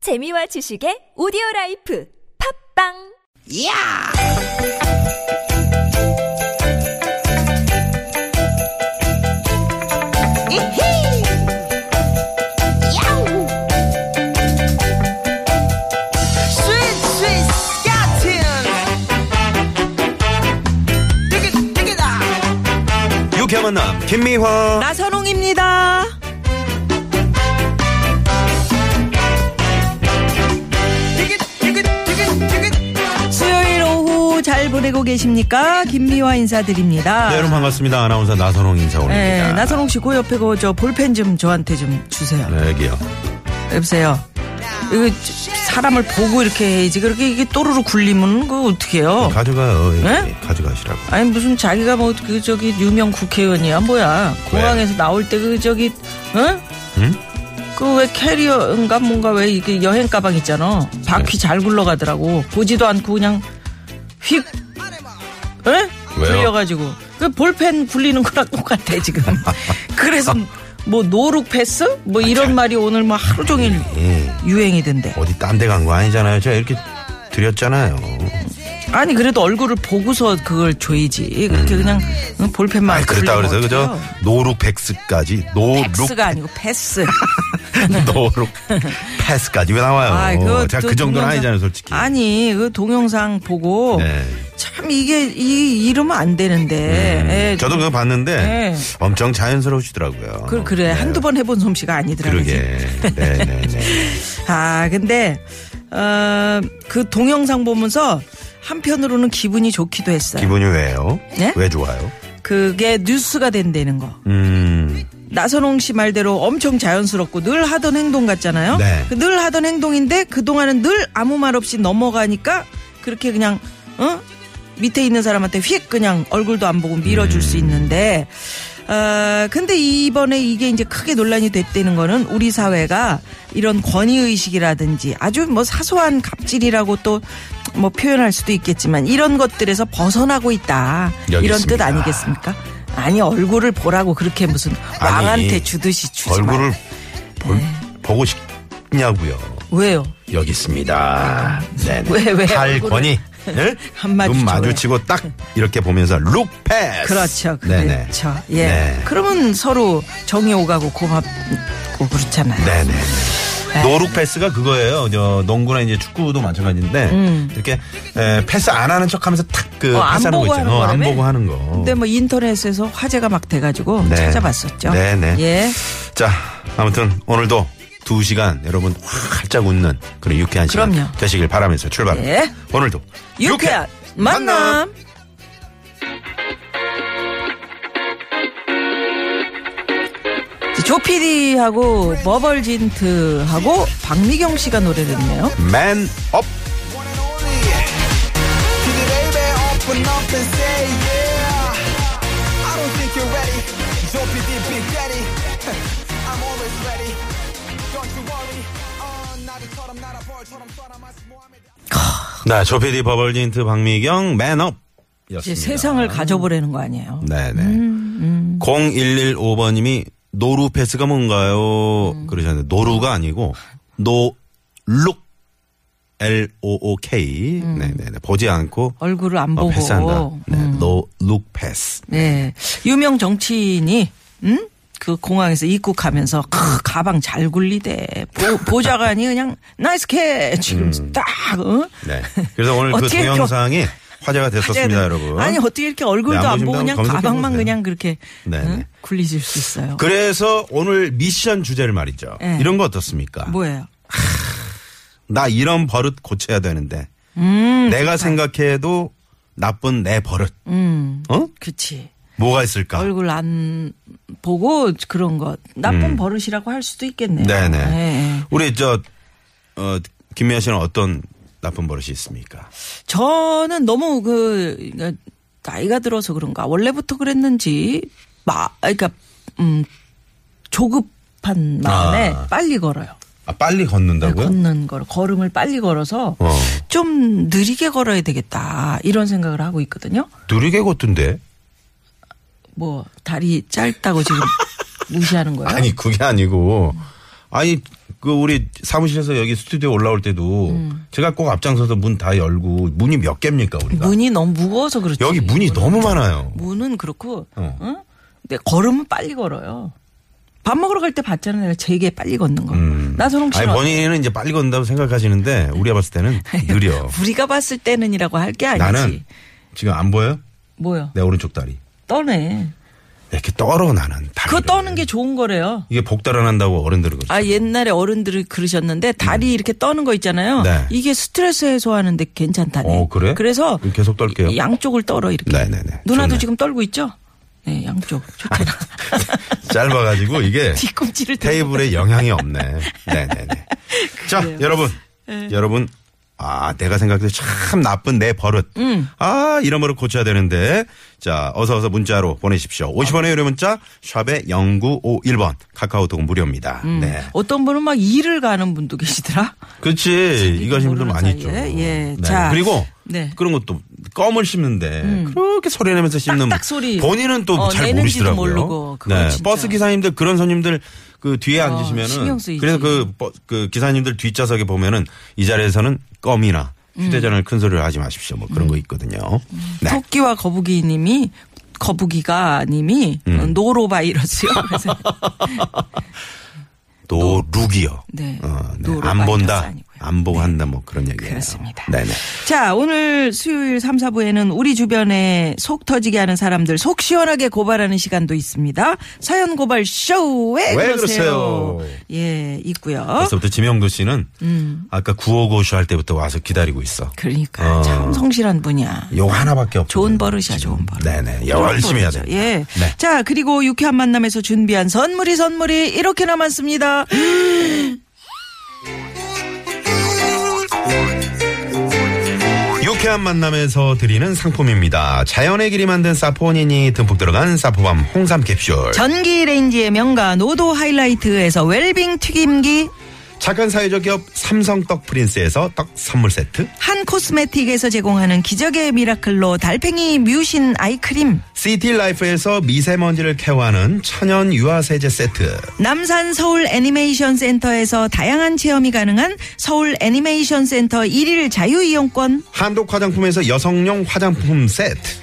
재미와 지식의 오디오 라이프 팝빵 이야! 이히! 야우! 스윗, 스윗, 야틴! 되게, 되게다! 유쾌한 만남 김미화 나선홍입니다. 되게, 되게, 되게, 되게. 수요일 오후 잘 보내고 계십니까? 김미화 인사드립니다. 네, 여러분 반갑습니다 아나운서 나선홍 인사 올립니다 네, 나선홍 씨, 그 옆에 그저 볼펜 좀 저한테 좀 주세요. 네, 여기요 여보세요. 이거 사람을 보고 이렇게 해야지. 그렇게 이게 또르르 굴리면 그거 어떡해요? 가져가요 여기. 네? 가져가시라고 아니, 무슨 자기가 뭐, 그, 저기, 유명 국회의원이야, 뭐야. 공항에서 나올 때 그, 저기, 응? 응? 그 왜 캐리어인가 뭔가 왜 이게 여행 가방 있잖아. 네. 바퀴 잘 굴러가더라고. 보지도 않고 그냥 휙 에? 왜요? 굴려가지고 그 볼펜 굴리는 거랑 똑같아 지금. 그래서 뭐 노룩 패스 뭐 이런 말이 오늘 뭐 하루 종일 예. 유행이던데. 어디 딴 데 간 거 아니잖아요 제가 이렇게 드렸잖아요 아니 그래도 얼굴을 보고서 그걸 줘야지. 그렇게 그냥 음. 볼펜만. 아이 그랬다 굴리면 그래서 그죠 어떡해요? 노룩 백스까지 노룩 패스가 아니고 패스. 노룩 패스까지 왜 나와요 아이, 그거 제가 또 그 정도는 동영상- 아니잖아요 솔직히 아니 그 동영상 보고 네. 참 이게 이 이러면 안 되는데. 예, 음, 저도 그거 봤는데 네. 엄청 자연스러우시더라고요 그, 그래. 네. 한두 번 해본 솜씨가 아니더라고요. 그러게 네네네 아, 근데, 어, 그 동영상 보면서 한편으로는 기분이 좋기도 했어요. 기분이 왜요 네? 왜 좋아요 그게 뉴스가 된다는 거. 음 나선홍 씨 말대로 엄청 자연스럽고 늘 하던 행동 같잖아요. 네. 그늘 하던 행동인데 그동안은 늘 아무 말 없이 넘어가니까 그렇게 그냥, 어? 밑에 있는 사람한테 휙 그냥 얼굴도 안 보고 밀어줄 음. 수 있는데, 어, 근데 이번에 이게 이제 크게 논란이 됐다는 거는 우리 사회가 이런 권위의식이라든지 아주 뭐 사소한 갑질이라고 또 뭐 표현할 수도 있겠지만 이런 것들에서 벗어나고 있다. 여기 이런 뜻 있습니다. 아니겠습니까? 아니 얼굴을 보라고 그렇게 무슨 아니, 왕한테 주듯이 주지 얼굴을 마. 볼- 네. 보고 싶냐고요. 왜요? 여기 있습니다. 네네. 왜, 왜 팔 얼굴을- 권이 한마디 눈 줘요. 네. 마주치고 딱 이렇게 보면서 룩 패스. 그렇죠, 네네. 그렇죠. 예. 네. 그러면 서로 정이 오가고 고맙고 그렇잖아요. 네네. 노룩 패스가 그거예요. 저 농구나 이제 축구도 마찬가지인데 이렇게 에, 패스 안 하는 척하면서 탁그 음. 어, 안 패스하는 거 보고 있잖아요. 하는 어, 안 거라며? 보고 하는 거. 근데 뭐 인터넷에서 화제가 막 돼가지고 네. 찾아봤었죠. 네네. 예. 자, 아무튼 오늘도 두 시간 여러분 활짝 웃는 그런 유쾌한 시간 그럼요. 되시길 바라면서 출발합니다. 예. 오늘도 유쾌한 만남. 조 PD하고 버벌진트하고 박미경 씨가 노래를 했네요. 맨업 네, 조피디 버벌진트 박미경 맨업. 이제 세상을 음, 가져보려는 거 아니에요. 네네. 0115번님이 노루 패스가 뭔가요? 음. 그러셨는데 노루가 아니고 노룩 L O O K. 네네네. 보지 않고 음. 얼굴을 안 어, 보고. 음. 패스한다. 네, 노룩 패스. 네. 유명 정치인이, 음? 그 공항에서 입국하면서, 크, 가방 잘 굴리대. 보, 자관이 그냥, 나이스 캐치! 이러면서 음. 딱, 어? 네. 그래서 오늘 그 어떻게 이렇게 동영상이 화제가 됐었습니다, 화제는- 여러분. 아니, 어떻게 이렇게 얼굴도 네, 안 안 보고 보신다면 그냥 검색해 가방만 보세요. 그냥 그렇게, 네, 응? 네. 굴리실 수 있어요. 그래서 오늘 미션 주제를 말이죠. 네. 이런 거 어떻습니까? 뭐예요? 나 이런 버릇 고쳐야 되는데 음, 내가 생각해도 나쁜 내 버릇 어 그치. 뭐가 있을까 음. 얼굴 안 보고 그런 것. 나쁜 버릇이라고 할 수도 음. 있겠네요. 네네 네. 우리 저 어, 김미아 씨는 어떤 나쁜 버릇이 있습니까 저는 너무 그 그러니까 나이가 들어서 그런가 원래부터 그랬는지 마 그러니까 음 조급한 마음에 아. 빨리 걸어요. 아 빨리 걷는다고요 걷는 걸 걸음을 빨리 걸어서 어. 좀 느리게 걸어야 되겠다 이런 생각을 하고 있거든요. 느리게 걷던데 뭐 다리 짧다고 지금 무시하는 거예요. 아니 그게 아니고 아니 그 우리 사무실에서 여기 스튜디오 올라올 때도 음. 제가 꼭 앞장서서 문 다 열고 문이 몇 개입니까 우리가? 문이 너무 무거워서 그렇지. 그러니까. 여기 문이 너무 많아요. 문은 그렇고, 어. 응? 근데 걸으면 빨리 걸어요. 밥 먹으러 갈 때 봤잖아. 내가 제게 빨리 걷는 거. 음. 나선홍 아니 씨는 어때? 본인은 이제 빨리 걷는다고 생각하시는데 우리가 봤을 때는 느려. 우리가 봤을 때는이라고 할 게 아니지. 어. 나는 네. 지금 안 보여? 뭐요? 내 오른쪽 다리. 떠네. 이렇게 떨어 나는 다리. 그거 떠는 게 좋은 거래요. 이게 복달아난다고 어른들은 그러죠. 아 옛날에 어른들이 그러셨는데 다리 이렇게 떠는 거 있잖아요. 음. 네. 이게 스트레스 해소하는데 괜찮다네. 어, 그래? 서 계속 떨게요. 양쪽을 떨어 이렇게. 네네네. 누나도 좋네. 지금 떨고 있죠? 네, 양쪽. 좋다. 짧아가지고 이게 뒤꿈치를 네. 테이블에 영향이 없네. 네네네. 자, 여러분. 여러분. 아, 내가 생각해도 참 나쁜 내 버릇. 아, 이런 버릇 고쳐야 되는데. 자, 어서 어서 문자로 보내십시오. 50원의 유료 문자, 샵에 0951번. 카카오톡은 무료입니다. 네. 어떤 분은 막 일을 가는 분도 계시더라. 그렇지. 이거 하신 분들 모르는 많이 사이에. 있죠. 예, 네. 자. 그리고 네. 음. 그런 것도 껌을 씹는데 그렇게 소리 내면서 씹는 딱딱 소리. 본인은 또 어, 잘 내는지도 모르시더라고요. 모르고 그거 네. 진짜. 버스 기사님들 그런 손님들 그 뒤에 어, 신경 앉으시면은 쓰이지. 그래서 그, 버- 그 기사님들 뒷좌석에 보면은 이 자리에서는 껌이나 음. 휴대전화를 큰 소리로 하지 마십시오. 뭐 그런 거 있거든요. 네. 토끼와 거북이 님이 거북이가 님이 음. 노로 바이러스요. 그래서 노룩이요. 네. 어, 네. 노룩 안 본다. 아니고요. 네. 안 보고 한다. 뭐 그런 얘기예요. 그렇습니다. 어? 네네. 자, 오늘 수요일 3, 4부에는 우리 주변에 속 터지게 하는 사람들 속 시원하게 고발하는 시간도 있습니다. 사연 고발 쇼왜 왜 그러세요? 그러세요? 예, 있고요. 벌써부터 지명도 씨는 음. 아까 구호고쇼 할 때부터 와서 기다리고 있어. 그러니까 어. 참 성실한 분이야. 요거 하나밖에 없죠. 좋은 버릇이야, 좋은 버릇. 네네. 열심히 해야 돼. 버릇이죠. 예. 네. 자, 그리고 유쾌한 만남에서 준비한 선물이 선물이 이렇게 남았습니다. 유쾌한 만남에서 드리는 상품입니다. 자연의 길이 만든 사포닌이 듬뿍 들어간 사포밤 홍삼 캡슐. 전기 레인지의 명가 노도 하이라이트에서 웰빙 튀김기 착한 사회적 기업 삼성 떡 프린스에서 떡 선물 세트. 한 코스메틱에서 제공하는 기적의 미라클로 달팽이 뮤신 아이크림 시티 라이프에서 미세먼지를 케어하는 천연 유화 세제 세트. 남산 서울 애니메이션 센터에서 다양한 체험이 가능한 서울 애니메이션 센터 1일 자유이용권 한독 화장품에서 여성용 화장품 세트.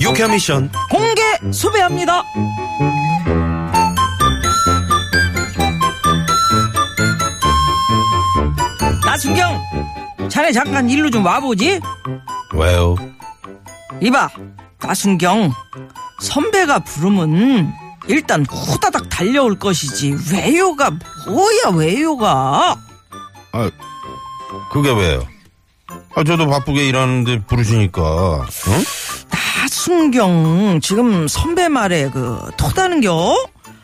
유쾌한 미션 공개 수배합니다. 나순경, 자네 잠깐 일로 좀 와보지. 왜요? 이봐, 나순경, 선배가 부르면 일단 후다닥 달려올 것이지. 왜요가 뭐야 왜요가? 아 그게 왜요? 아 저도 바쁘게 일하는데 부르시니까 응? 나순경, 지금 선배 말에 그 토다는겨?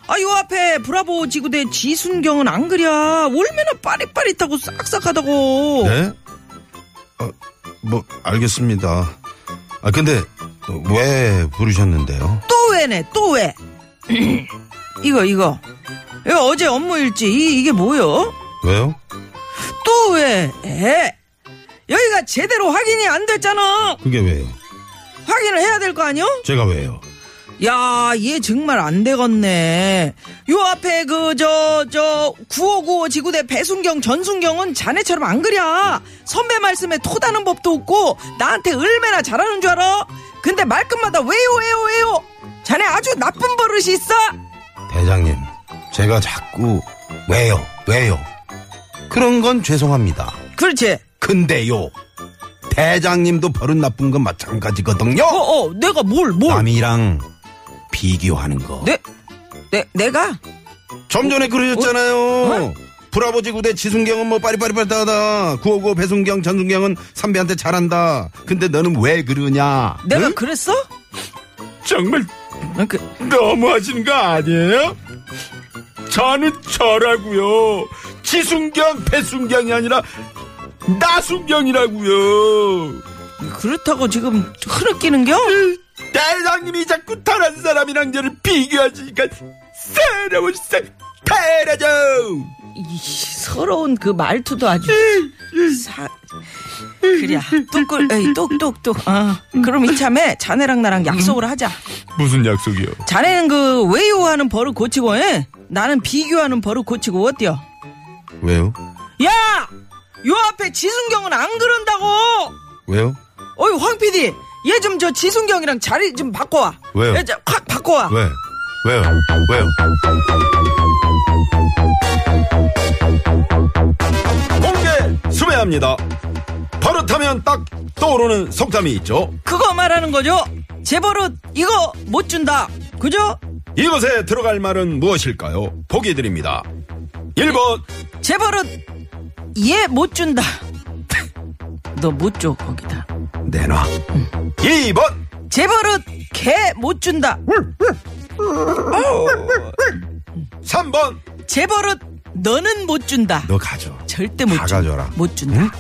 아, 요 앞에 브라보 지구대 지순경은 안 그려. 얼마나 빠릿빠릿하고 싹싹하다고. 네? 아, 뭐 알겠습니다. 아 근데 왜 부르셨는데요? 또 왜네, 또 왜. 이거, 이거. 이거 어제 업무 일지, 이, 이게 뭐요? 왜요? 또 왜? 에? 여기가 제대로 확인이 안 됐잖아. 그게 왜요? 확인을 해야 될 거 아니요? 제가 왜요? 야, 얘 정말 안 되겠네. 요 앞에 그, 저, 저, 9595 지구대 배순경, 전순경은 자네처럼 안 그려. 선배 말씀에 토다는 법도 없고, 나한테 얼마나 잘하는 줄 알아? 근데 말끝마다 왜요, 왜요, 왜요? 자네 아주 나쁜 버릇이 있어? 대장님, 제가 자꾸 왜요, 왜요? 그런 건 죄송합니다. 그렇지. 근데요, 대장님도 버릇 나쁜 건 마찬가지거든요. 어, 어, 내가 뭘, 뭘. 남이랑 비교하는 거. 내, 내, 내가? 좀 전에 그러셨잖아요. 어? 불아버지 구대 지순경은 뭐 빠리빠리빠리하다. 구호고 배순경 전순경은 선배한테 잘한다. 근데 너는 왜 그러냐? 내가 응? 그랬어? 정말 아, 그, 너무하신 거 아니에요? 저는 저라고요. 지순경, 배순경이 아니라 나순경이라고요. 그렇다고 지금 흐느끼는겨? 대장님이 자꾸 다른 사람이랑 저를 비교하시니까 새로운 새 테레죠. 이 서러운 그 말투도 아주 사... 그래 뚝꿀 에이 뚝뚝뚝 아, 그럼 이참에 자네랑 나랑 약속을 하자 무슨 약속이요? 자네는 그 외요하는 버릇 고치고 예? 나는 비교하는 버릇 고치고 어때요 왜요? 야! 요 앞에 지순경은 안 그런다고 왜요? 어이 황 PD 얘 좀 저 지순경이랑 자리 좀 바꿔와 왜요? 얘좀확 바꿔와 왜? 왜요? 왜요? 공개 수배합니다. 버릇하면 딱 떠오르는 속담이 있죠. 그거 말하는 거죠 제 버릇 이거 못 준다 그죠? 이것에 들어갈 말은 무엇일까요? 보기 드립니다. 1번, 제 버릇 얘 못 준다. 너 못 줘 거기다. 내놔. 2번, 제 버릇 개 못 준다. 3번, 제 버릇 너는 못 준다. 너 가져. 절대 못 다 준다. 가져라. 못 준다.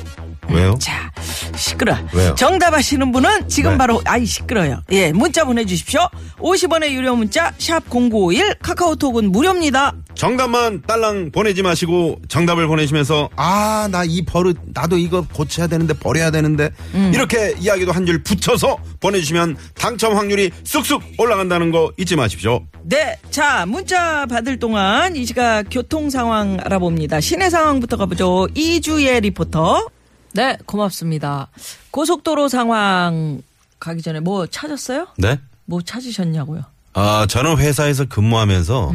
왜요? 자 시끄러. 왜요? 정답 아시는 분은 지금 네. 바로 아이 시끄러요. 예 문자 보내주십시오. 50원의 유료 문자 샵 #0951 카카오톡은 무료입니다. 정답만 딸랑 보내지 마시고 정답을 보내시면서 아 나 이 버릇 나도 이거 고쳐야 되는데 버려야 되는데 이렇게 이야기도 한 줄 붙여서 보내주시면 당첨 확률이 쑥쑥 올라간다는 거 잊지 마십시오. 네, 자 문자 받을 동안 이 시각 교통 상황 알아봅니다. 시내 상황부터 가보죠. 이주예 리포터. 네, 고맙습니다. 고속도로 상황 가기 전에 뭐 찾았어요? 네? 뭐 찾으셨냐고요? 아 저는 회사에서 근무하면서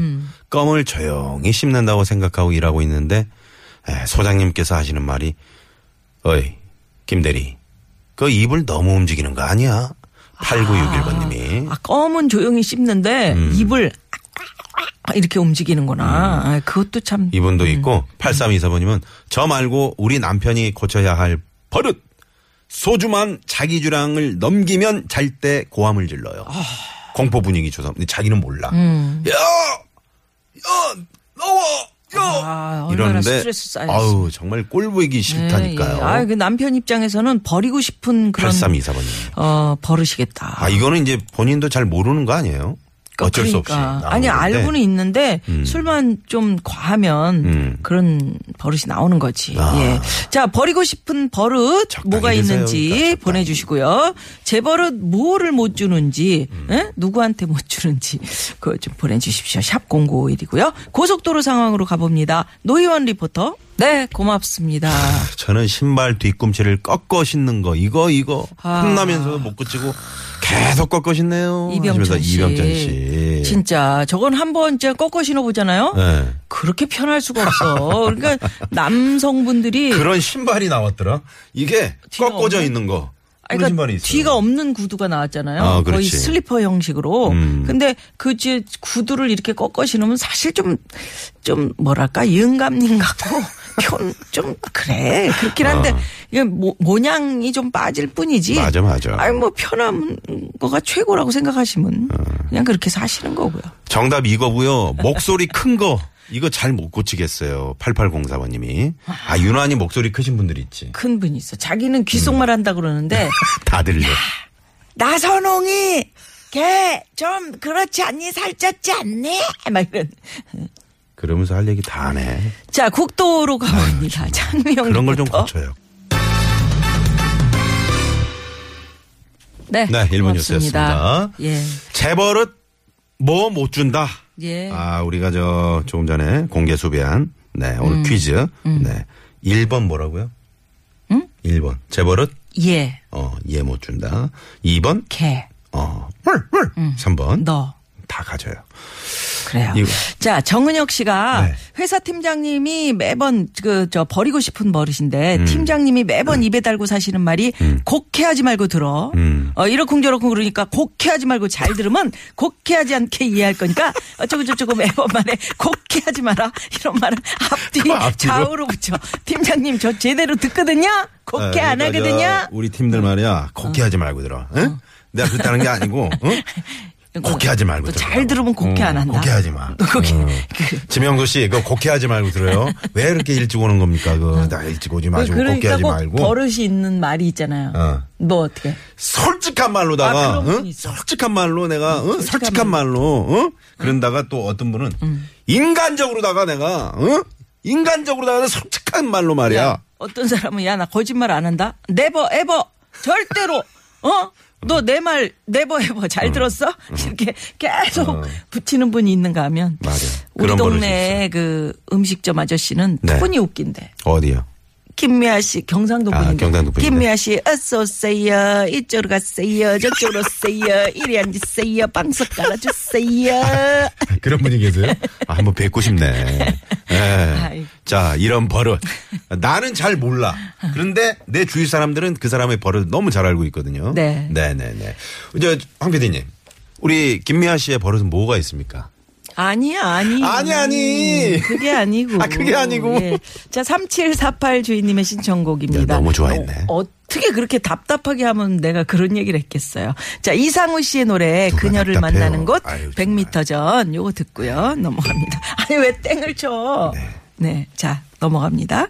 껌을 조용히 씹는다고 생각하고 일하고 있는데 에, 소장님께서 하시는 말이 어이 김대리 그 입을 너무 움직이는 거 아니야? 8961번님이 아, 껌은 조용히 씹는데 음. 입을 이렇게 움직이는구나. 아, 그것도 참. 이분도 있고 8324번님은 저 말고 우리 남편이 고쳐야 할 버릇 소주만 자기 주량을 넘기면 잘 때 고함을 질러요. 아. 공포 분위기 조성. 근데 자기는 몰라. 음, 야, 야, 나와, 야. 아, 얼마나 이러는데 스트레스 쌓였어. 네, 아우 정말 꼴 보이기 싫다니까요. 아, 그 남편 입장에서는 버리고 싶은 그런 8324번님. 어, 버릇이겠다. 아 이거는 이제 본인도 잘 모르는 거 아니에요? 어쩔 수 없이. 그러니까. 나오는 아니 건데. 알고는 있는데 술만 좀 과하면 음. 그런 버릇이 나오는 거지. 아. 예. 자 버리고 싶은 버릇 적당히 뭐가 드세요. 있는지 그러니까 적당히. 보내주시고요. 제 버릇 뭐를 못 주는지 음. 예? 누구한테 못 주는지 그거 좀 보내주십시오. 샵 #0951이고요. 고속도로 상황으로 가봅니다. 노희원 리포터. 네 고맙습니다. 저는 신발 뒤꿈치를 꺾어 신는 거 이거 이거 아. 혼나면서도 못 고치고 계속 꺾어 신네요. 하시면서 이병천 씨. 이병천 씨. 진짜 저건 한번 이제 꺾어 신어보잖아요. 네. 그렇게 편할 수가 없어. 그러니까 남성분들이 그런 신발이 나왔더라. 이게 예. 뒤가 꺾어져 없는- 있는 거. 아니, 그러니까 그런 신발이 있어요. 뒤가 없는 구두가 나왔잖아요. 아, 거의 그렇지. 슬리퍼 형식으로. 음. 근데 그 이제 구두를 이렇게 꺾어 신으면 사실 좀 좀 뭐랄까 영감님 같고 좀, 좀 그래 그렇긴 한데 이게 모, 모양이 좀 빠질 뿐이지. 아. 맞아, 맞아. 아니 뭐 편한 거가 최고라고 생각하시면 어. 그냥 그렇게 사시는 거고요. 정답 이거고요. 목소리 큰 거. 이거 잘 못 고치겠어요. 8804번님이. 아, 유난히 목소리 크신 분들 있지. 큰 분이 있어. 자기는 귓속말 한다 그러는데 다 들려. 나선홍이 걔 좀 그렇지 않니 살쪘지 않니? 막 이런. 그러면서 할 얘기 다 하네. 자, 국도로 가봅니다. 장미영 그런 걸 좀 리포터. 고쳐요. 네, 네, 일본 뉴스였습니다. 고맙습니다. 예. 재벌은 뭐 못 준다. 예. 아, 우리가 저 조금 전에 공개 수배한 네, 오늘 음. 퀴즈. 네. 1번 뭐라고요? 응? 1번. 재벌은 예. 어, 얘 못 준다. 2번 개. 어. 헐, 헐. 3번. 너. 다 가져요. 그래요. 이거. 자, 정은혁 씨가 네. 회사 팀장님이 매번 그 저 버리고 싶은 버릇인데 음. 팀장님이 매번 입에 달고 사시는 말이 곡해하지 말고 들어. 음. 어 이러쿵저러쿵 그러니까 곡해하지 말고 잘 들으면 곡해하지 않게 이해할 거니까 어쩌고저쩌고 매번 말에 곡해하지 마라 이런 말을 앞뒤 그거 앞뒤로? 좌우로 붙여. 팀장님 저 제대로 듣거든요. 아, 곡해 그러니까 안저 하거든요. 우리 팀들 말이야. 곡해하지 말고 들어. 응? 내가 그랬다는 게 아니고. 응? 곡해하지 말고 뭐잘 들으라고. 들으면 곡해 안 한다. 곡해하지 마. 곡해. 음. 지명도 씨, 그거 곡해하지 말고 들어요. 왜 이렇게 일찍 오는 겁니까? 그거 나 일찍 오지 마시고 그러니까 곡해하지 꼭 말고. 버릇이 있는 말이 있잖아요. 어. 너 어떻게? 솔직한 말로다가 아, 그런 응? 분이 있어. 솔직한 말로 내가 응? 솔직한, 말로 응? 그런다가 또 어떤 분은 인간적으로다가 내가 응? 인간적으로다가 솔직한 말로 말이야. 야, 어떤 사람은 야 나 거짓말 안 한다. 네버 에버 절대로 어? 너 내 말 네버 에버 잘 음. 들었어? 이렇게 계속 붙이는 분이 있는가 하면 맞아요. 우리 그런 버릇이 동네 그 음식점 아저씨는 네. 톤이 웃긴데. 어디요? 김미아 씨 경상도 아, 분인데. 경상도 분인데. 김미아 씨 어서 오세요. 이쪽으로 가세요. 저쪽으로 오세요. 이리 앉으세요. 빵석 깔아 주세요. 그런 분이 계세요? 아, 한번 뵙고 싶네. 예. 아이고. 자, 이런 버릇. 나는 잘 몰라. 그런데 내 주위 사람들은 그 사람의 버릇 너무 잘 알고 있거든요. 네. 네네네. 이제 황 PD님, 우리 김미아 씨의 버릇은 뭐가 있습니까? 아니야, 아니. 음, 아니, 아니. 그게 아니고. 아, 그게 아니고. 예. 자, 3748 주인님의 신청곡입니다. 야, 너무 좋아했네. 어, 떻게 그렇게 답답하게 하면 내가 그런 얘기를 했겠어요. 자, 이상우 씨의 노래 누가 그녀를 답답해요. 만나는 곳 아유, 정말. 100m 전 요거 듣고요. 네, 넘어갑니다. 아니, 왜 땡을 쳐? 네. 자, 넘어갑니다.